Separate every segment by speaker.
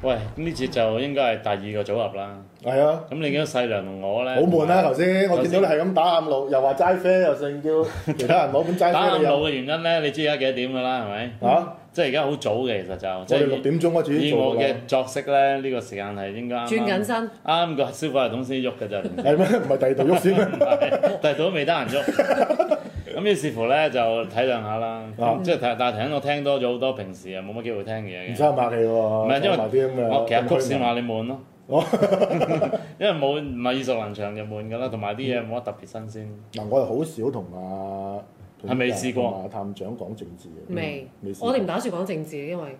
Speaker 1: 喂，咁呢節就應該係第二個組合啦。
Speaker 2: 係啊，
Speaker 1: 咁你見到細良同我咧，
Speaker 2: 好悶啊啦！頭先我見到你係咁打喊路，又話齋啡，又剩 叫其他人攞本
Speaker 1: 打
Speaker 2: 齋
Speaker 1: 暗
Speaker 2: 啡你
Speaker 1: 路
Speaker 2: 又
Speaker 1: 嘅原因咧，你知而家幾多點㗎啦，係咪？
Speaker 2: 啊！
Speaker 1: 即係而家好早嘅，其實就即
Speaker 2: 我哋
Speaker 1: 係
Speaker 2: 六點鐘開始
Speaker 1: 以我
Speaker 2: 做㗎啦
Speaker 1: 嘅作息咧，呢、個時間係應該啱啱
Speaker 3: 轉緊身，
Speaker 1: 啱個消費系統先喐嘅啫，唔
Speaker 2: 係咩？唔係第二度喐先咩？
Speaker 1: 係 但係都未得閒喐。 咁於是乎咧就體諒下啦，
Speaker 2: 啊
Speaker 1: 即係但但係頭先我聽多咗好多平時啊冇乜機會聽嘅嘢
Speaker 2: 唔
Speaker 1: 嘅。
Speaker 2: 差客氣喎，
Speaker 1: 唔
Speaker 2: 唔
Speaker 1: 係因為
Speaker 2: 哦啲咁嘅，
Speaker 1: 我其實曲線
Speaker 2: 嘛，
Speaker 1: 話你悶咯，
Speaker 2: 我哦
Speaker 1: 因為冇唔係耳熟能詳就悶㗎啦，同埋啲嘢冇乜特別新鮮。
Speaker 2: 嗱我係好少同阿
Speaker 1: 係未試過
Speaker 2: 同阿探長講政治嘅，
Speaker 3: 未
Speaker 2: 嗯未試過嗯
Speaker 3: 我哋唔打算講政治，因為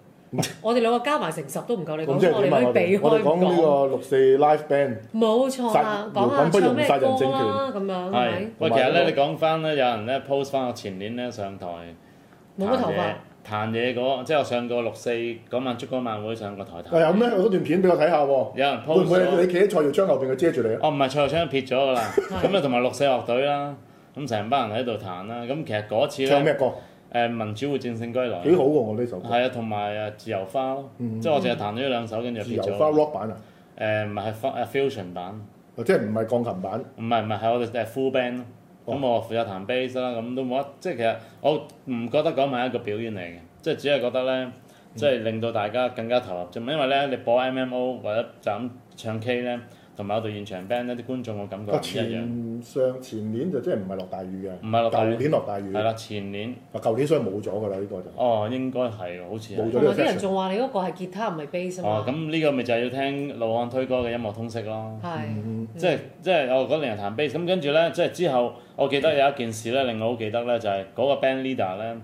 Speaker 3: 我哋兩個加埋成十都唔夠你講，
Speaker 2: 咁即係
Speaker 3: 我
Speaker 2: 點啊？
Speaker 3: 哋
Speaker 2: 我
Speaker 3: 可以避
Speaker 2: 哋
Speaker 3: 開
Speaker 2: 我哋講
Speaker 3: 唔
Speaker 2: 呢個六四 live band，
Speaker 3: 冇錯啦，
Speaker 2: 殺
Speaker 3: 講下
Speaker 2: 搖滾不
Speaker 3: 唱
Speaker 2: 容
Speaker 3: 咩
Speaker 2: 殺
Speaker 3: 歌
Speaker 2: 人政
Speaker 3: 啦，咁哦樣
Speaker 1: 係
Speaker 3: 係咪？
Speaker 1: 喂，
Speaker 2: 同埋
Speaker 1: 其實咧
Speaker 2: 嗰個
Speaker 1: 你講翻咧，有人咧 post 翻我前年咧上台
Speaker 3: 冇乜頭
Speaker 1: 彈嘢
Speaker 3: 髮，
Speaker 1: 彈嘢嗰即係我上過六四啊嗰晚燭光晚會上過台
Speaker 2: 喂
Speaker 1: 彈，
Speaker 2: 有咩？有嗰段片俾我睇下喎。
Speaker 1: 有人嗯
Speaker 2: 會
Speaker 1: post
Speaker 2: 唔會
Speaker 1: 咗
Speaker 2: 你企喺蔡耀昌後邊，佢遮住你啊？
Speaker 1: 哦，唔係蔡耀昌撇咗㗎啦，
Speaker 3: 係
Speaker 1: 咁啊同埋六四樂隊啦，咁成班人喺度彈啦，咁其實嗰次
Speaker 2: 唱咩
Speaker 1: 咧
Speaker 2: 歌？
Speaker 1: 誒民主會戰勝歸來，
Speaker 2: 幾好喎！我呢首歌，
Speaker 1: 係啊，同埋誒自由花咯，
Speaker 2: 嗯
Speaker 1: 即係我淨係彈咗呢兩首，跟住
Speaker 2: 自
Speaker 1: 撇
Speaker 2: 由花
Speaker 1: 咗。
Speaker 2: rock 版啊，
Speaker 1: 誒唔係係 fu- 誒 fusion 版，
Speaker 2: 即係唔係鋼琴版？
Speaker 1: 唔係唔係係我哋誒 full band 咯。
Speaker 2: 哦
Speaker 1: 咁我負責彈 bass 啦，咁都冇乜，即係其實我唔覺得嗰晚係一個表演嚟嘅，即係只係覺得
Speaker 2: 嗯
Speaker 1: 咧，即係令到大家更加投入啫嘛。因為咧，你播 MMO 或者就咁唱 K 咧，同埋我哋現場 band 咧，啲觀眾嘅感覺
Speaker 2: 啊
Speaker 1: 唔一樣。
Speaker 2: 前上前年就即係唔係落大雨嘅，
Speaker 1: 唔係落大雨
Speaker 2: 舊年落大雨，
Speaker 1: 係啦，前年
Speaker 2: 啊舊年所以冇咗㗎啦呢個就。
Speaker 1: 哦，應該係喎好似係
Speaker 2: 冇咗
Speaker 3: 同埋啲人仲話你嗰個係吉他唔係 bass
Speaker 1: 哦，
Speaker 3: 啊嘛，
Speaker 1: 咁呢個咪就係要聽老漢推歌嘅音樂通識咯。
Speaker 3: 係
Speaker 2: 嗯
Speaker 1: 即係即係我嗰年係彈 bass，咁跟住咧，即係之後我記得有一件事咧，令我好記得咧，就係、嗰個 band leader 咧，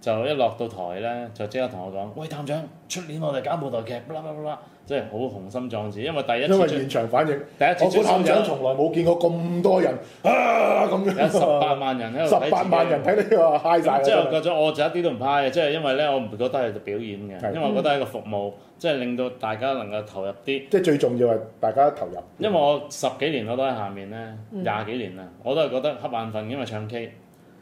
Speaker 1: 就一落到台咧，就即刻同我講：喂，探長，出年我哋搞舞台劇，啦啦啦啦，即係好雄心壯志，因為第一
Speaker 2: 因為
Speaker 1: 次出
Speaker 2: 現場反應，
Speaker 1: 第一
Speaker 2: 我
Speaker 1: 次
Speaker 2: 估
Speaker 1: 出
Speaker 2: 探
Speaker 1: 新
Speaker 2: 長
Speaker 1: 有
Speaker 2: 從來冇見過咁多人啊咁樣。
Speaker 1: 有十八萬人喺度睇自己
Speaker 2: 十八萬人睇你話嗨晒啦，
Speaker 1: 即
Speaker 2: 真
Speaker 1: 係我
Speaker 2: 係
Speaker 1: 覺咗，我就一啲都唔怕嘅，即係因為咧，我唔覺得係表演嘅，
Speaker 2: 係
Speaker 1: 因為我覺得係一個服務，即係令到大家能夠投入啲。
Speaker 2: 即係最重要係大家投入。
Speaker 1: 因為我十幾年我都喺下面咧，廿幾年啦，我都係覺得瞌眼瞓，因為唱 K。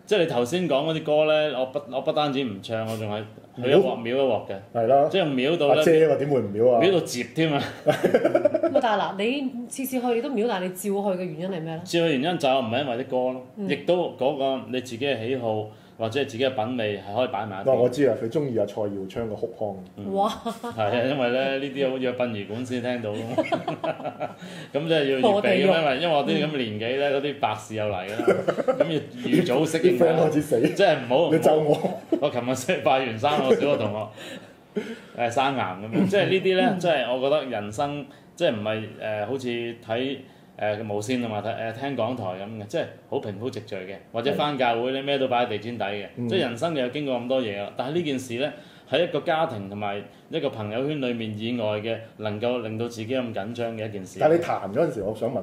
Speaker 1: 即係你頭先講嗰啲歌咧，我不我不單止唔唱，我仲係佢一鑊秒一鑊嘅，
Speaker 2: 係啦，
Speaker 1: 即係秒到
Speaker 2: 阿
Speaker 1: 咧，
Speaker 2: 姐話點會唔秒啊
Speaker 1: 秒？到接添啊！
Speaker 3: 咁但係嗱，你次次去你都秒，但係你照去嘅原因係咩咧？
Speaker 1: 主要原因就係我唔係因為啲歌咯，亦都嗰個你自己嘅喜好或者係自己嘅品味係可以擺埋一
Speaker 2: 哇！我
Speaker 1: 邊。
Speaker 2: 知啦，佢中意阿蔡耀昌嘅哭腔。
Speaker 3: 哇！
Speaker 1: 係啊，因為咧呢啲好似喺殯儀館先聽 到咯，咁即係要預
Speaker 3: 我哋
Speaker 1: 備
Speaker 3: 用
Speaker 1: 咁，因為因為我啲咁嘅年紀咧，嗰啲白事又嚟㗎啦，咁要預早適
Speaker 2: 啲
Speaker 1: 應
Speaker 2: friend
Speaker 1: 啦
Speaker 2: 開。始死，
Speaker 1: 即係唔好
Speaker 2: 你咒
Speaker 1: 唔好
Speaker 2: 我。
Speaker 1: 我琴日先拜完山，我小學同學 誒生癌咁樣，即係呢啲咧，即係我覺得人生即係唔係誒好似睇誒無線同埋睇誒聽港台咁嘅，即係好平鋪直敍嘅，或者翻教會你咩都擺喺地氈底嘅，
Speaker 2: 嗯
Speaker 1: 即係人生又經過咁多嘢啦。但係呢件事咧喺一個家庭同埋一個朋友圈裡面以外嘅，能夠令到自己咁緊張嘅一件事，
Speaker 2: 但係你彈嗰陣時，我想問下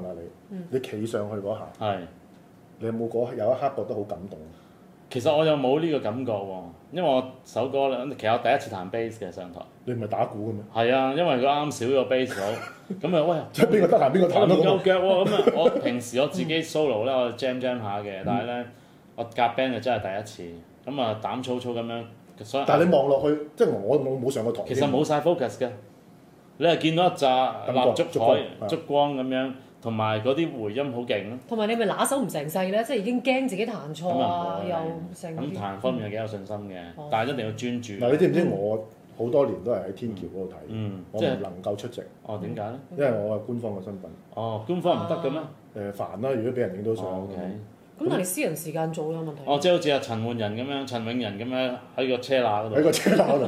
Speaker 2: 你，你企上去嗰下，
Speaker 1: 係。
Speaker 2: 你有冇嗰有一刻覺得好感動？
Speaker 1: 其實我又冇呢個感覺喎，因為我首歌咧，其實我第一次彈 bass 嘅上台。
Speaker 2: 你唔係打鼓嘅咩？
Speaker 1: 係啊，因為佢啱少咗 bass 佬，咁啊
Speaker 2: 即係邊個得閒邊個
Speaker 1: 喂，
Speaker 2: 彈
Speaker 1: 我
Speaker 2: 咯
Speaker 1: 唔
Speaker 2: 咁
Speaker 1: 夠
Speaker 2: 啊。
Speaker 1: 腳喎，咁啊我平時我自己 solo 咧，我 jam jam 下嘅，
Speaker 2: 嗯
Speaker 1: 但係咧我夾 band 就真係第一次，咁啊膽粗粗咁樣，所以
Speaker 2: 但係你望落去，即係我我冇上過台添。
Speaker 1: 其實冇晒 focus 嘅，你係見到一紮
Speaker 2: 感覺
Speaker 1: 蠟燭海
Speaker 2: 燭光、啊係
Speaker 1: 燭光咁樣，同埋嗰啲回音好勁咯。
Speaker 3: 同埋你咪拿手唔成勢咧，即係已經驚自己彈錯
Speaker 1: 咁
Speaker 3: 啊
Speaker 1: 啊，唔會
Speaker 3: 又成
Speaker 1: 咁彈方面係幾有信心嘅
Speaker 3: 哦，
Speaker 1: 但係一定要專
Speaker 2: 嗱，
Speaker 1: 注。
Speaker 2: 你知唔知我好多年都係喺天橋嗰度睇，
Speaker 1: 嗯，
Speaker 2: 我
Speaker 1: 即係
Speaker 2: 唔能夠出席，
Speaker 1: 哦點解咧？
Speaker 2: 因為我係官方嘅身份。
Speaker 1: 哦，官方唔得嘅咩？
Speaker 2: 誒煩啦，如果俾人影到相。
Speaker 1: 哦，OK。
Speaker 3: 咁但係私人時間做有問題。
Speaker 1: 哦，即係好似阿陳奐仁咁樣，陳永仁咁樣喺個車罅嗰度
Speaker 2: 喺。個車罅度，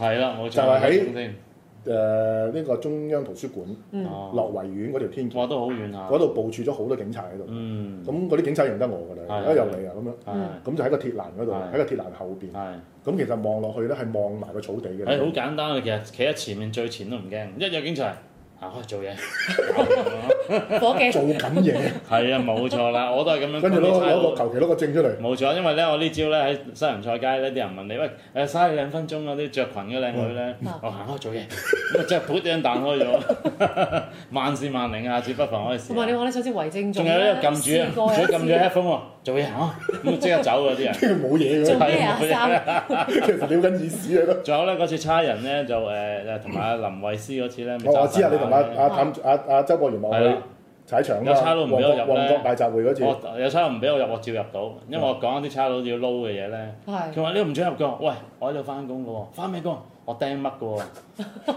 Speaker 1: 係啦，冇錯。
Speaker 2: 就係喺
Speaker 1: 咁先，
Speaker 2: 誒呢個中央圖書館
Speaker 1: 哦，
Speaker 2: 落維園嗰條天橋，
Speaker 1: 哇，都好遠下。
Speaker 2: 嗰度部署咗好多警察喺度。
Speaker 1: 嗯，
Speaker 2: 咁嗰啲警察認得我㗎啦，
Speaker 1: 係
Speaker 2: 而家又嚟啊咁樣。
Speaker 1: 係
Speaker 2: 咁就喺個鐵欄嗰度，
Speaker 1: 係
Speaker 2: 喺個鐵欄後邊。
Speaker 1: 係，
Speaker 2: 咁其實望落去咧，係望埋個草地嘅。
Speaker 1: 係好簡單啊嘅，其實企喺前面最前都唔驚，一有警察行開 做嘢，搞掂咯
Speaker 3: 伙計
Speaker 2: 做緊 嘢，
Speaker 1: 係啊，冇錯啦，我都係咁樣。
Speaker 2: 跟住攞攞個求其攞個證出嚟。
Speaker 1: 冇錯，因為咧我呢招咧喺西洋菜街咧，啲人問你喂誒嘥你兩分哦啊
Speaker 2: 嗯
Speaker 3: 啊
Speaker 1: 鐘嗰啲着裙嘅靚女咧，我行開做嘢，咁啊即係噗一聲彈開咗， 萬事萬靈啊，只不妨可以試
Speaker 3: 同埋你
Speaker 1: 下。
Speaker 3: 話你上次為
Speaker 1: 仲
Speaker 3: 政總
Speaker 1: 有呢
Speaker 3: 咧
Speaker 1: 個撳
Speaker 3: 試
Speaker 1: 住
Speaker 3: 過
Speaker 1: 啊，
Speaker 3: 一
Speaker 1: 佢
Speaker 3: 次
Speaker 1: 撳住 headphone 喎，做嘢啊，咁即刻走啊啲人。
Speaker 2: 跟住冇嘢
Speaker 3: 做
Speaker 2: 嘅，
Speaker 3: 咩 啊？
Speaker 1: 係
Speaker 3: 三
Speaker 2: 其實撩緊耳屎啊嘅 咯。
Speaker 1: 仲有咧嗰次差人咧就誒誒同埋阿林慧思嗰次咧，咪
Speaker 2: 我我
Speaker 1: 揸
Speaker 2: 知啊，
Speaker 1: 大
Speaker 2: 你同阿
Speaker 1: 馬嘅
Speaker 2: 阿譚阿阿周國賢
Speaker 1: 係
Speaker 2: 望
Speaker 1: 啦
Speaker 2: 去踩場啊
Speaker 1: 有差佬唔俾
Speaker 2: 旺
Speaker 1: 我入
Speaker 2: 角
Speaker 1: 咧
Speaker 2: 旺角大集會嗰次，
Speaker 1: 我有差佬唔俾我入，我照入到，因為
Speaker 2: 嗯
Speaker 1: 我講啲差佬要撈嘅嘢咧。
Speaker 3: 係
Speaker 1: 佢話呢個唔准入嘅，喂，我喺度翻工嘅喎，翻咩工？我釘乜嘅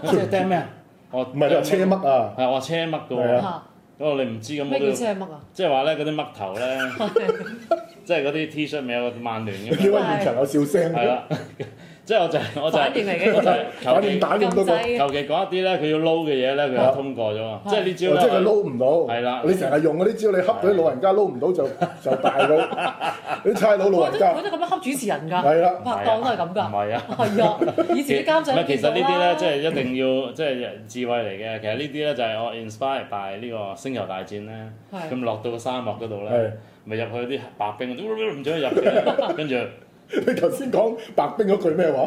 Speaker 1: 喎，即係釘咩啊？我
Speaker 2: 唔係你話車
Speaker 1: 係
Speaker 2: 乜啊？
Speaker 1: 我車乜嘅
Speaker 2: 係啊
Speaker 1: 喎，
Speaker 3: 嚇
Speaker 1: 嗰個你唔知咁我
Speaker 3: 咩
Speaker 1: 都
Speaker 3: 叫
Speaker 1: 要
Speaker 3: 車乜啊？
Speaker 1: 即係話咧嗰啲嘜頭咧，
Speaker 3: 係
Speaker 1: 即係嗰啲 T 恤咪有個曼聯 咁
Speaker 2: 你
Speaker 1: 樣，
Speaker 2: 話現場有笑聲，
Speaker 1: 係啊啦，即係我就係我就係
Speaker 3: 反應嚟嘅
Speaker 1: 我就啊係
Speaker 2: 打
Speaker 1: 求
Speaker 2: 亂
Speaker 1: 其
Speaker 2: 打亂嗰
Speaker 3: 咁
Speaker 2: 個，
Speaker 3: 滯
Speaker 1: 求其講一啲咧，佢要撈嘅嘢咧，佢
Speaker 2: 啊
Speaker 1: 就通過咗啊！
Speaker 3: 係
Speaker 1: 即係呢
Speaker 2: 哦即係
Speaker 1: 招
Speaker 2: 佢
Speaker 1: 咧，
Speaker 2: 撈唔到。
Speaker 1: 係啦
Speaker 2: 你成日用嗰啲招，你恰到啲老人家撈唔到就就大
Speaker 1: 啊
Speaker 2: 佢。啲差佬老
Speaker 3: 佢
Speaker 2: 人
Speaker 3: 都
Speaker 2: 家
Speaker 3: 佢都咁樣恰主持人㗎，
Speaker 2: 係啦，
Speaker 3: 拍檔都係咁
Speaker 1: 唔
Speaker 3: 㗎。
Speaker 1: 啊係啊。
Speaker 3: 係啊，以前啲監製啊
Speaker 1: 唔
Speaker 3: 都
Speaker 1: 係其實
Speaker 3: 見到
Speaker 1: 呢啲咧，
Speaker 3: 啦。
Speaker 1: 即 係一定要即係智慧嚟嘅。其實呢啲咧就係我 inspire by 呢個星球大戰咧，
Speaker 3: 係
Speaker 1: 咁落到個沙漠嗰度
Speaker 2: 係
Speaker 1: 咧，咪入去啲白兵，唔准入嘅，跟住
Speaker 2: 你頭先講白冰嗰句咩話？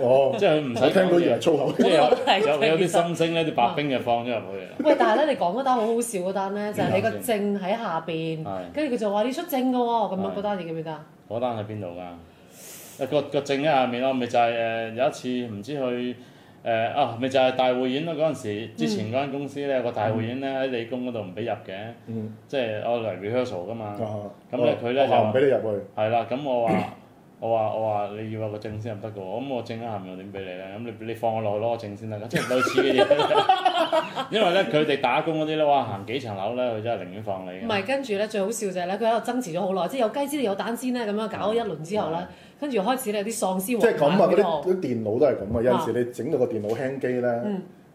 Speaker 2: 哦，
Speaker 1: 即係佢唔使
Speaker 2: 我聽啊到以為
Speaker 1: 嘢，
Speaker 2: 粗口。
Speaker 1: 即係
Speaker 3: 我都係
Speaker 1: 有有有啲心聲咧，啲白兵就放咗入去啦。啊
Speaker 3: 喂，但係咧，你講嗰單好好笑嗰單咧，就係你個
Speaker 1: 點解啊
Speaker 3: 證喺下邊，
Speaker 1: 係
Speaker 3: 跟住佢就話你出證㗎喎，咁樣
Speaker 1: 係
Speaker 3: 嗰單嘢記唔記得啊？
Speaker 1: 嗰單喺邊度㗎？個個證喺下面咯，咪就係、誒、有一次唔知去誒、啊，咪就係大會演咯嗰陣時，之前嗰間公司咧有個大會演咧喺理工嗰度唔俾入嘅，
Speaker 2: 嗯
Speaker 1: 即係我嚟 rehearsal 㗎嘛。
Speaker 2: 啊
Speaker 1: 咁咧佢咧
Speaker 2: 學校
Speaker 1: 就
Speaker 2: 唔俾你入去。
Speaker 1: 係啦，咁我話 我話我話你要有個證先入得嘅喎，咁我證喺下面我點俾你咧？咁你你放我落去攞個證先得㗎，即係類似嘅嘢。 因為咧佢哋打工嗰啲咧，哇行幾層樓咧，佢真係寧願放你嘅。
Speaker 3: 唔係，跟住咧最好笑就係咧，佢喺度爭持咗好耐，即係有雞先有蛋先咧，啊咁樣搞咗一輪之後咧，跟住開始咧有啲喪屍
Speaker 2: 即係咁啊！
Speaker 3: 王
Speaker 2: 嗰
Speaker 3: 喺
Speaker 2: 啲
Speaker 3: 度
Speaker 2: 啲電腦都係咁啊！有陣時你整到個電腦輕機咧，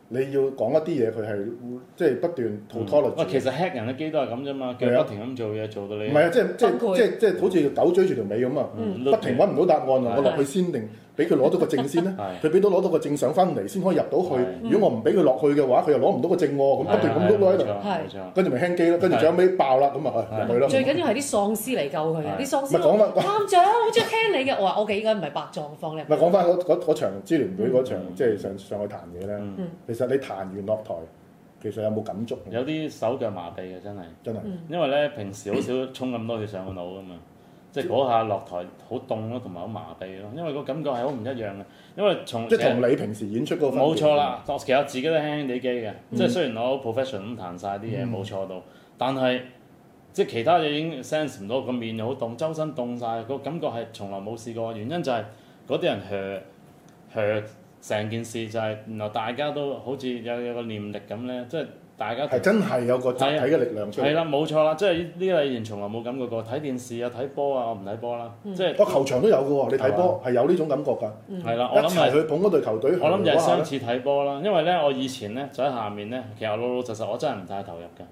Speaker 2: 你要講一啲嘢，佢係即係不斷吐拖落
Speaker 1: 喂，其實 hack 人嘅機都係咁啫嘛，
Speaker 2: 係啊
Speaker 1: 佢不停咁做嘢，做到你
Speaker 2: 唔係啊！即係即
Speaker 3: 崩潰
Speaker 2: 係即係即係好似狗追住條尾咁啊！
Speaker 1: 嗯
Speaker 2: 不停揾唔到答案啊！
Speaker 1: 係
Speaker 2: 我落去先定俾佢攞到個證 先咧，
Speaker 1: 係
Speaker 2: 佢俾到攞到個證上翻嚟先可以入到去
Speaker 1: 係。
Speaker 2: 如果我唔俾佢落去嘅話，佢又攞唔到個證喎，咁不斷
Speaker 1: 係
Speaker 2: 咁碌咯
Speaker 1: 啊
Speaker 2: 喺度，
Speaker 1: 冇錯冇錯
Speaker 2: 跟住咪輕機咯，跟住最後尾爆啦，咁啊唉
Speaker 1: 係
Speaker 2: 入去咯。
Speaker 3: 最緊要係啲喪屍嚟救佢啊！
Speaker 1: 係
Speaker 3: 啲喪
Speaker 2: 咪講
Speaker 3: 屍
Speaker 2: 乜
Speaker 3: 話探長好中意聽你嘅，我話 O K，應該唔係白撞放咧
Speaker 2: 唔。係講翻嗰嗰嗰場支聯會嗰場，
Speaker 1: 嗯
Speaker 2: 即係上上去彈嘢咧
Speaker 1: 嗯。
Speaker 2: 其實你彈完落台，其實有冇感觸？
Speaker 1: 有啲手腳麻痹嘅真係，
Speaker 2: 真係
Speaker 1: 因為咧平時好少衝咁多嘢上個腦噶嘛，即係嗰下落台好凍咯，同埋好麻痹咯，因為個感覺係好唔一樣嘅，因為從
Speaker 2: 即係同你平時演出嗰個分別嗯
Speaker 1: 冇錯。啦，其實我自己都輕輕地機嘅，即係雖然我好 professional 咁彈晒啲嘢冇錯到，但係即係其他嘢已經 sense 唔到，個面又好凍，周身凍晒，個感覺係從來冇試過。原因就係嗰啲人 hea hea 成件事就係原來大家都好似有有個念力咁咧，即係大家
Speaker 2: 係真係有個集體嘅力量出
Speaker 1: 係啊
Speaker 2: 嚟。
Speaker 1: 啦，冇錯啦，即係呢個以前從來冇感覺過。睇電視啊，睇波啊，我唔睇波啦，即係
Speaker 2: 個球場都有嘅喎，你睇波係有呢種感覺㗎。
Speaker 1: 係啦，我
Speaker 2: 嗯一
Speaker 1: 諗係
Speaker 2: 齊。去捧嗰隊球隊，
Speaker 1: 我諗就係
Speaker 2: 哇
Speaker 1: 相似睇波啦，因為咧我以前咧就喺下面咧，其實我老老實實我真係唔太投入嘅，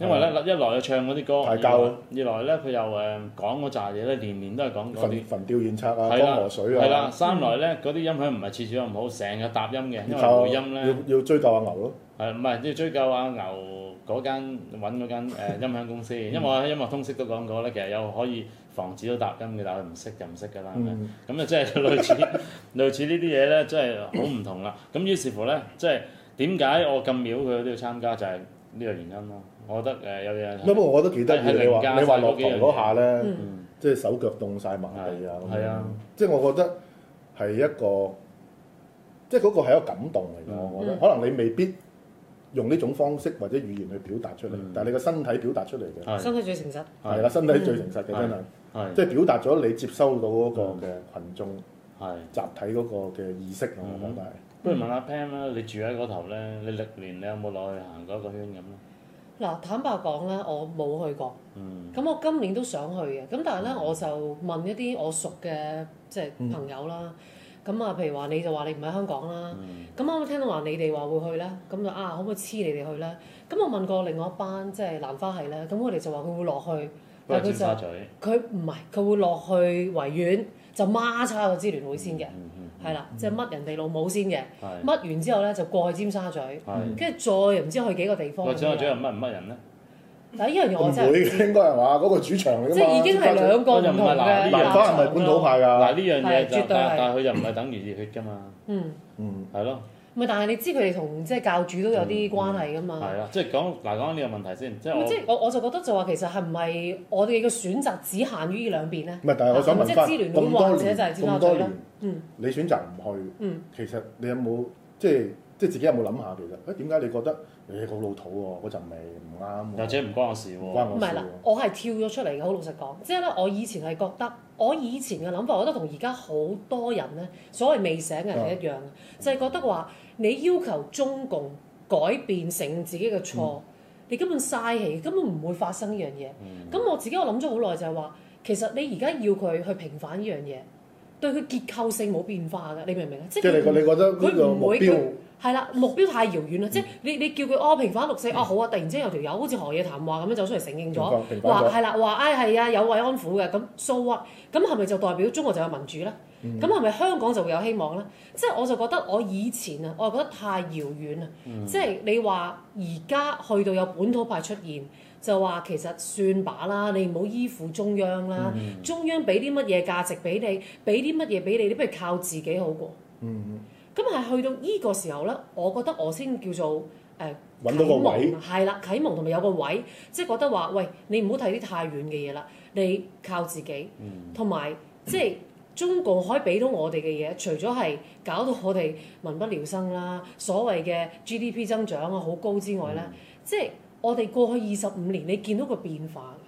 Speaker 1: 因為咧一來佢唱嗰啲歌，
Speaker 2: 嗯太啊
Speaker 1: 二
Speaker 2: 膠啦
Speaker 1: 來二來咧佢又誒講嗰扎嘢咧，年年都係講嗰
Speaker 2: 焚
Speaker 1: 啲，
Speaker 2: 焚吊現策啊，
Speaker 1: 係
Speaker 2: 江
Speaker 1: 啦
Speaker 2: 河，水
Speaker 1: 係啦，
Speaker 2: 啊，
Speaker 1: 三來咧嗰啲音響唔係次次都唔好，成日搭音嘅，因為
Speaker 2: 靠
Speaker 1: 回音咧
Speaker 2: 要要追究阿牛咯。
Speaker 1: 係唔係即係追究阿牛嗰間揾嗰間誒音響公司，因為我喺音樂通識都講過咧，其實有可以防止到搭音嘅，但係佢唔識就唔識㗎啦，係咪？
Speaker 2: 嗯
Speaker 1: 咁啊，即係類似類似呢啲嘢咧，真係好唔同啦。咁於是乎咧，即係點解我咁秒佢都要參加，就係呢個原因咯。我覺得誒有嘢
Speaker 2: 不過我覺得幾得意，
Speaker 1: 啊係係
Speaker 2: 你
Speaker 1: 凌駕
Speaker 2: 話
Speaker 1: 晒
Speaker 2: 你話落
Speaker 1: 嗰幾
Speaker 2: 台
Speaker 1: 樣嘢
Speaker 2: 嗰下咧，
Speaker 1: 嗯
Speaker 2: 即係手腳凍晒麻痹啊，咁
Speaker 1: 係
Speaker 2: 樣
Speaker 1: 啊，
Speaker 2: 即係我覺得係一個，即係嗰個係一個感動嚟嘅。
Speaker 1: 嗯
Speaker 2: 我覺得可能你未必用呢種方式或者語言去表達出嚟
Speaker 1: 嗯，
Speaker 2: 但係你個身體表達出嚟嘅
Speaker 1: 係
Speaker 3: 身體最誠實，
Speaker 2: 係啦，身體最誠實嘅
Speaker 1: 嗯
Speaker 2: 真係。即
Speaker 1: 係
Speaker 2: 係表達咗你接收到嗰個嘅群眾
Speaker 1: 係。
Speaker 2: 集體嗰個嘅意識，啊我
Speaker 1: 嗯
Speaker 2: 覺得係。
Speaker 1: 不如問阿 Pam 啦，你住喺嗰頭咧，你歷年你有冇落去行過一個圈咁咧？
Speaker 3: 嗱坦白講咧，我冇去過，
Speaker 1: 嗯，
Speaker 3: 咁我今年都想去嘅，咁但係咧我就問一啲我熟嘅即
Speaker 1: 嗯
Speaker 3: 係朋友啦，咁啊譬如話你就話你唔喺香港啦。
Speaker 1: 嗯
Speaker 3: 咁啱啱聽到話你哋話會去咧，咁就啊可唔可以黐你哋去咧？咁我問過另外一班即係蘭花系咧，咁佢哋就話佢會落去，
Speaker 1: 不過
Speaker 3: 但係
Speaker 1: 尖
Speaker 3: 佢就
Speaker 1: 沙咀。
Speaker 3: 佢唔係佢會落去維園就孖叉個支聯會先嘅，
Speaker 1: 嗯嗯
Speaker 3: 係啦，即係乜人哋老母先嘅，
Speaker 1: 係
Speaker 3: 乜完之後咧就過去尖沙咀，
Speaker 1: 係。
Speaker 3: 跟住再唔知去幾個地方
Speaker 1: 個
Speaker 3: 咁
Speaker 1: 尖沙咀又
Speaker 3: 樣。
Speaker 1: 乜唔乜人咧？
Speaker 3: 但係呢樣嘢我
Speaker 2: 唔
Speaker 3: 真係唔
Speaker 2: 會
Speaker 3: 知
Speaker 2: 嘅，應該係話嗰個主場嚟㗎嘛。
Speaker 3: 即係已經係兩個唔
Speaker 1: 就唔
Speaker 3: 同
Speaker 1: 係嗱呢樣
Speaker 3: 嘅
Speaker 2: 蘭花係咪
Speaker 3: 立場
Speaker 2: 本土
Speaker 3: 咯
Speaker 2: 派㗎？
Speaker 1: 嗱呢樣
Speaker 3: 啊係
Speaker 1: 嘢就
Speaker 3: 絕對係
Speaker 1: 但但係佢就唔係等於熱血㗎嘛，
Speaker 3: 嗯，
Speaker 2: 嗯，
Speaker 1: 係咯。
Speaker 3: 咪但係你知佢哋同即係教主都有啲關係㗎嘛。
Speaker 1: 係啦，即係講嗱講呢個問題先，即嗯係
Speaker 3: 啊咁即
Speaker 1: 我
Speaker 3: 係我我就覺得就話其實係唔係我哋嘅選擇只限於呢兩邊咧？
Speaker 2: 唔係，但係我想問翻
Speaker 3: 即係支聯
Speaker 2: 咁
Speaker 3: 會
Speaker 2: 多
Speaker 3: 或者
Speaker 2: 年
Speaker 3: 就係
Speaker 2: 咁
Speaker 3: 尖沙咀
Speaker 2: 多
Speaker 3: 啦
Speaker 2: 年，
Speaker 3: 嗯
Speaker 2: 你選擇唔
Speaker 3: 嗯
Speaker 2: 去，其實你有冇即係即係自己有冇諗下其實？誒點解你覺得誒好老土喎？嗰陣味唔啱
Speaker 1: 又
Speaker 2: 喎，
Speaker 1: 者唔關我事
Speaker 2: 唔關
Speaker 1: 喎，
Speaker 2: 我啊
Speaker 3: 唔
Speaker 2: 事
Speaker 3: 係啦
Speaker 2: 喎。，
Speaker 3: 我係跳咗出嚟嘅，好老實講。即係咧，我以前係覺得，我以前嘅諗法，我覺得同而家好多人咧，所謂未醒嘅人係一樣
Speaker 2: 嗯
Speaker 3: 嘅，就係覺得話你要求中共改變成自己嘅錯，
Speaker 2: 嗯
Speaker 3: 你根本嘥氣，根本唔會發生呢樣嘢。
Speaker 2: 嗯
Speaker 3: 咁、我自己我諗咗好耐就係話，其實你而家要佢去平反呢樣嘢，對佢結構性冇變化嘅，你明唔明啊？即
Speaker 2: 即係你覺
Speaker 3: 佢
Speaker 2: 你覺得呢個
Speaker 3: 佢唔
Speaker 2: 目
Speaker 3: 會
Speaker 2: 標
Speaker 3: 係啦，目標太遙遠啦，
Speaker 2: 嗯
Speaker 3: 即係你你叫佢哦平反六四哦好啊，突然之間有條友好似何嘢談話咁樣走出嚟承認咗。
Speaker 2: 咗，平
Speaker 3: 話
Speaker 2: 反咗，
Speaker 3: 係啦，話唉係啊，有慰安婦嘅咁 so what？咁係咪就代表中國就有民主咧？
Speaker 2: 嗯
Speaker 3: 咁係咪香港就會有希望咧？即係我就覺得我以前啊，我係覺得太遙遠啦。
Speaker 2: 嗯
Speaker 3: 即係你話而家去到有本土派出現，就話其實算把啦，你唔好依附中央啦。
Speaker 2: 嗯
Speaker 3: 中央俾啲乜嘢價值俾你，俾啲乜嘢俾你，你不如靠自己好過。
Speaker 2: 嗯，
Speaker 3: 咁係去到呢個時候咧，我覺得我先叫做誒。呃
Speaker 2: 揾到個
Speaker 3: 啟
Speaker 2: 位
Speaker 3: 蒙，係啦，啟蒙同埋有個位，即係覺得話，喂，你唔好睇啲太遠嘅嘢啦，你靠自己，
Speaker 2: 嗯
Speaker 3: 同埋、即係中共可以俾到我哋嘅嘢，除咗係搞到我哋民不聊生啦，所謂嘅 GDP 增長啊好高之外咧，
Speaker 2: 嗯
Speaker 3: 即係我哋過去二十五年，你見到個變化嘅。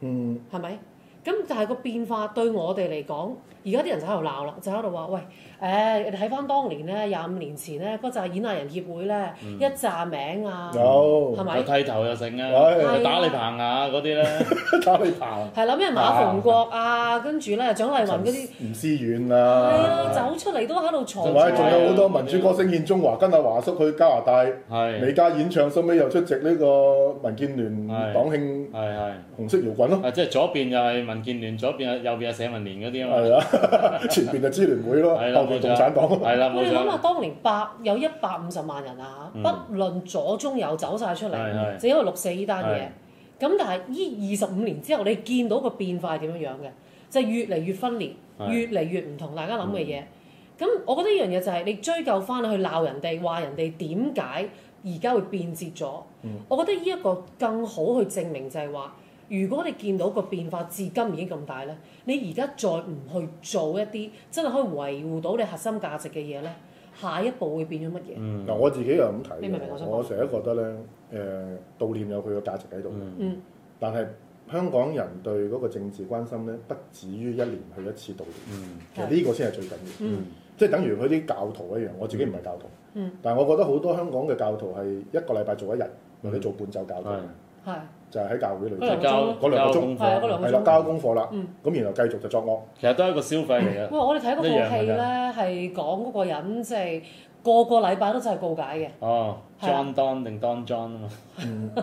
Speaker 2: 嗯，
Speaker 3: 係咪？咁但係個變化對我哋嚟講，而家啲人就喺度鬧啦，就喺度話喂，誒、你睇翻當年咧，廿五年前咧，嗰扎演藝人協會咧，一紮名啊，
Speaker 2: 嗯有
Speaker 3: 係咪
Speaker 1: 又剃頭又剩啊，
Speaker 2: 係
Speaker 1: 又打你棚牙嗰啲 咧，
Speaker 2: 打你棚，
Speaker 3: 係啦，咩馬逢國啊，跟住咧蔣麗芸嗰啲，
Speaker 2: 唔思遠
Speaker 3: 係
Speaker 2: 啦
Speaker 3: 啊，，走出嚟都喺度嘈
Speaker 2: 同埋
Speaker 1: 就
Speaker 2: 仲
Speaker 1: 係
Speaker 2: 有好多民主歌聲獻中華，跟阿華叔去加拿大
Speaker 1: 係
Speaker 2: 美加演唱，收尾又出席呢個民建聯
Speaker 1: 係
Speaker 2: 黨慶
Speaker 1: 係係。
Speaker 2: 紅色搖滾咯，
Speaker 1: 啊！即係左邊又係民建聯，左邊又右邊係社民聯嗰啲啊嘛，
Speaker 2: 係啊， 前邊就支聯會咯，後
Speaker 1: 係啦
Speaker 2: 邊
Speaker 1: 冇錯
Speaker 2: 共產黨。
Speaker 1: 係啦
Speaker 3: 我
Speaker 1: 冇
Speaker 3: 哋諗下，
Speaker 1: 錯，
Speaker 3: 當年百有一百五十萬人啊，
Speaker 1: 嗯
Speaker 3: 不論左中右走晒出
Speaker 1: 係
Speaker 3: 嚟，
Speaker 1: 係
Speaker 3: 就因為六四呢單嘢。咁但係呢二十五年之後，你見到個變化係點樣樣嘅？就係越嚟越分裂，
Speaker 1: 係嗯
Speaker 3: 越嚟越唔同大家諗嘅嘢。咁我覺得呢樣嘢就係你追究翻去鬧人哋，話人哋點解而家會變節咗。
Speaker 1: 嗯
Speaker 3: 我覺得呢一個更好去證明就係話，如果你見到個變化至今已經咁大咧，你而家再唔去做一啲真係可以維護到你核心價值嘅嘢咧，下一步會變咗乜嘢？
Speaker 1: 嗯
Speaker 2: 嗱，我自己又咁睇
Speaker 3: 你明唔明我想
Speaker 2: 嘅，
Speaker 3: 講
Speaker 2: 我成日覺得咧，誒、悼念有佢嘅價值喺度嘅，
Speaker 1: 嗯
Speaker 3: 嗯
Speaker 2: 但係香港人對嗰個政治關心咧，不止於一年去一次悼念，
Speaker 1: 嗯
Speaker 2: 其實呢個先係最緊要，
Speaker 3: 嗯
Speaker 2: 即係等於佢啲教徒一樣。我自己唔係教徒，
Speaker 3: 嗯
Speaker 2: 但係我覺得好多香港嘅教徒係一個禮拜做一日，或者做半晝教徒，
Speaker 1: 嗯係
Speaker 3: 係
Speaker 2: 就係喺教會裏
Speaker 1: 即
Speaker 3: 嗰兩
Speaker 2: 邊
Speaker 1: 係
Speaker 3: 個
Speaker 1: 交交功
Speaker 2: 咯嗰兩個鐘
Speaker 3: 鐘係啊嗰
Speaker 1: 課，
Speaker 3: 兩個鐘
Speaker 2: 係啦，交功課啦，
Speaker 3: 嗯
Speaker 2: 咁然後繼續就作惡。
Speaker 1: 其實都係一個消費 嚟嘅。
Speaker 3: 喂，我哋睇嗰套
Speaker 1: 一樣㗎
Speaker 3: 戲咧，係講嗰個人即係個個禮拜都真係告解嘅。
Speaker 1: 哦
Speaker 3: 係啊啦
Speaker 1: ，John Don 定 Don John 啊嘛，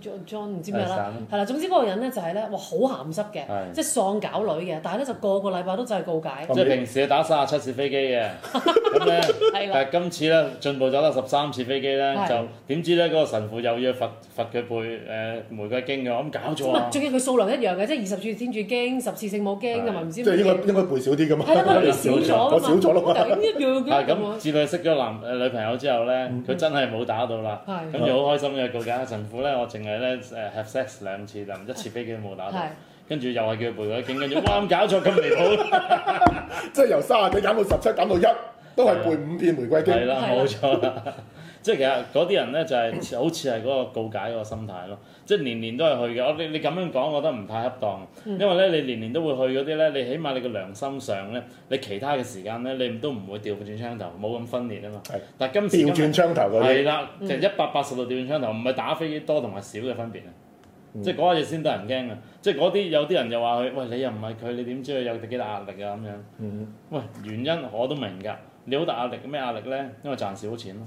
Speaker 3: John John 唔知咩
Speaker 1: 係
Speaker 3: 啦
Speaker 1: 散，
Speaker 3: 係啦，總之嗰個人咧就係咧，哇好鹹濕嘅，
Speaker 1: 係
Speaker 3: 即係喪搞女嘅，但係咧就個個禮拜都真係告解，
Speaker 2: 咁
Speaker 1: 即係
Speaker 2: 你
Speaker 1: 平時打三十七次飛機嘅，咁咧，
Speaker 3: 係啦
Speaker 1: 但係今次咧進步咗得十三次飛機咧
Speaker 3: 係，
Speaker 1: 就點知咧嗰個神父又要罰罰佢背誒玫瑰經嘅，我咁搞
Speaker 3: 唔
Speaker 1: 錯啊
Speaker 3: 係，！仲要佢數量一樣嘅，即係二十次天主經、十次聖母經
Speaker 1: 係
Speaker 3: 同埋唔知
Speaker 2: 即
Speaker 3: 乜
Speaker 2: 係應
Speaker 3: 嘢，
Speaker 2: 該應該背少啲噶嘛，
Speaker 3: 係啦，啊佢哋少
Speaker 1: 少
Speaker 3: 咗㗎 嘛，
Speaker 2: 我少咗咯嘛，
Speaker 3: 咁一樣
Speaker 1: 係
Speaker 3: 嘅咁
Speaker 1: 啊
Speaker 3: 啊
Speaker 1: 咁，
Speaker 3: 樣，
Speaker 1: 自女識咗男誒女朋友之後咧，佢真係冇打到啦，
Speaker 3: 係
Speaker 1: 咁就好開心嘅。告解神父咧，我淨係咧誒 have sex 兩次，但一次飛機都冇打到
Speaker 3: 係。
Speaker 1: 跟住又係叫佢背嗰經，跟住哇咁搞錯咁離譜，
Speaker 2: 即係由三十幾減到十七，減到一，都係背五遍玫瑰經
Speaker 1: 係。啦
Speaker 3: 係啦
Speaker 1: 冇錯啦。 即係其實嗰啲人咧就係似好似係嗰個告解嗰個心態咯，即係年年都係去嘅。我你你咁樣講，我覺得唔太恰當，因為咧你年年都會去嗰啲咧，你起碼你個良心上咧，你其他嘅時間咧你都唔會調轉槍頭，冇咁分裂啊嘛
Speaker 2: 係。
Speaker 1: 但係今時
Speaker 2: 調
Speaker 1: 今日
Speaker 2: 轉槍頭嗰啲
Speaker 1: 係，啦，就一百八十度調轉槍頭，唔係打飛機多同埋少嘅分別啊！
Speaker 2: 嗯
Speaker 1: 即係嗰下嘢先得人驚啊！即係嗰啲有啲人又話佢，喂你又唔係佢，你點知佢有幾大壓力啊咁樣？
Speaker 2: 嗯
Speaker 1: 喂，原因我都明㗎，你好大壓力，咩壓力咧？因為賺少錢咯。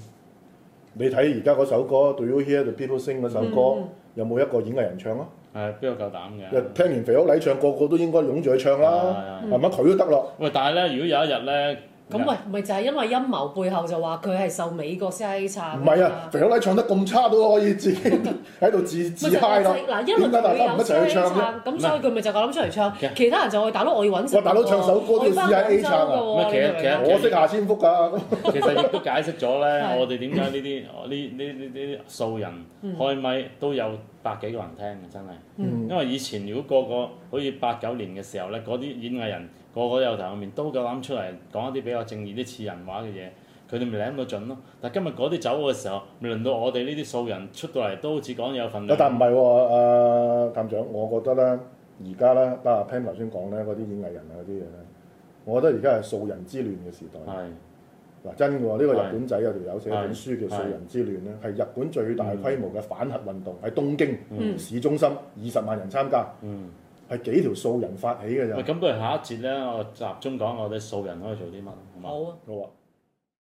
Speaker 2: 你睇而家嗰首歌《Do You Hear the People Sing》嗰首
Speaker 3: 嗯
Speaker 2: 歌，有冇一個演藝人唱啊？
Speaker 1: 係邊個夠膽
Speaker 2: 又
Speaker 1: 嘅？
Speaker 2: 聽
Speaker 1: 啊
Speaker 2: 完肥佬黎唱，個個都應該擁住佢唱啦，係咪？佢都得咯，
Speaker 1: 喂，但係咧，如果有一日咧，
Speaker 3: 咁喂，咪就係因為陰謀背後就話佢係受美國 CIA 撐㗎
Speaker 2: 唔
Speaker 3: 嘛。
Speaker 2: 係啊，肥佬奶唱得咁差都可以自己 喺度自
Speaker 3: 咪
Speaker 2: 自
Speaker 3: 就
Speaker 2: high
Speaker 3: 係
Speaker 2: 啦，
Speaker 3: 嗱，因為
Speaker 2: 點解大
Speaker 3: 佢
Speaker 2: 家唔
Speaker 3: 有
Speaker 2: 一齊去
Speaker 3: CIA
Speaker 2: 唱啊啫？
Speaker 3: 撐，咁所以佢咪就夠諗出嚟唱
Speaker 1: 嘅。
Speaker 3: 其他人就去大佬，我要揾食喎。
Speaker 2: 喂大佬唱首歌都
Speaker 3: 我要翻
Speaker 2: CIA
Speaker 3: 廣州
Speaker 2: 撐啊
Speaker 3: 㗎
Speaker 1: 咪
Speaker 3: 喎
Speaker 1: 其實其
Speaker 3: 你明唔明
Speaker 1: 實
Speaker 3: 啊
Speaker 2: 我識下千福㗎，
Speaker 1: 其實亦都解釋咗咧
Speaker 3: 係，
Speaker 1: 我哋點解呢啲我呢呢呢呢啲素人開咪都有百幾個人聽嘅，真係。
Speaker 2: 嗯
Speaker 1: 因為以前如果個個好似八九年嘅時候咧，嗰啲演藝人個個都有頭有面，都夠膽出嚟講一啲比較正義啲似人話嘅嘢，佢哋咪舐到盡咯。但今日嗰啲走嘅時候，咪輪到我哋呢啲素人出到嚟都好似講有份量。
Speaker 2: 但唔係喎，誒探長，我覺得咧，而家咧，包阿 Pam 頭先講咧嗰啲演藝人啊嗰啲嘢咧，我覺得而家係素人之亂嘅時代。
Speaker 1: 係
Speaker 2: 嗱真嘅喎，呢個日
Speaker 1: 係
Speaker 2: 本仔有條友寫一本
Speaker 1: 係
Speaker 2: 書叫《
Speaker 1: 係
Speaker 2: 素人之戀》咧，係日本最大規模嘅反核運動，喺東京、
Speaker 3: 嗯
Speaker 2: 市中心二十萬人參加，
Speaker 1: 嗯，
Speaker 2: 係幾條素人發起嘅咋
Speaker 1: 喂，。咁不如下一節咧，我集中講我哋素人可以做啲乜，好嘛？
Speaker 3: 好啊。
Speaker 2: 好啊。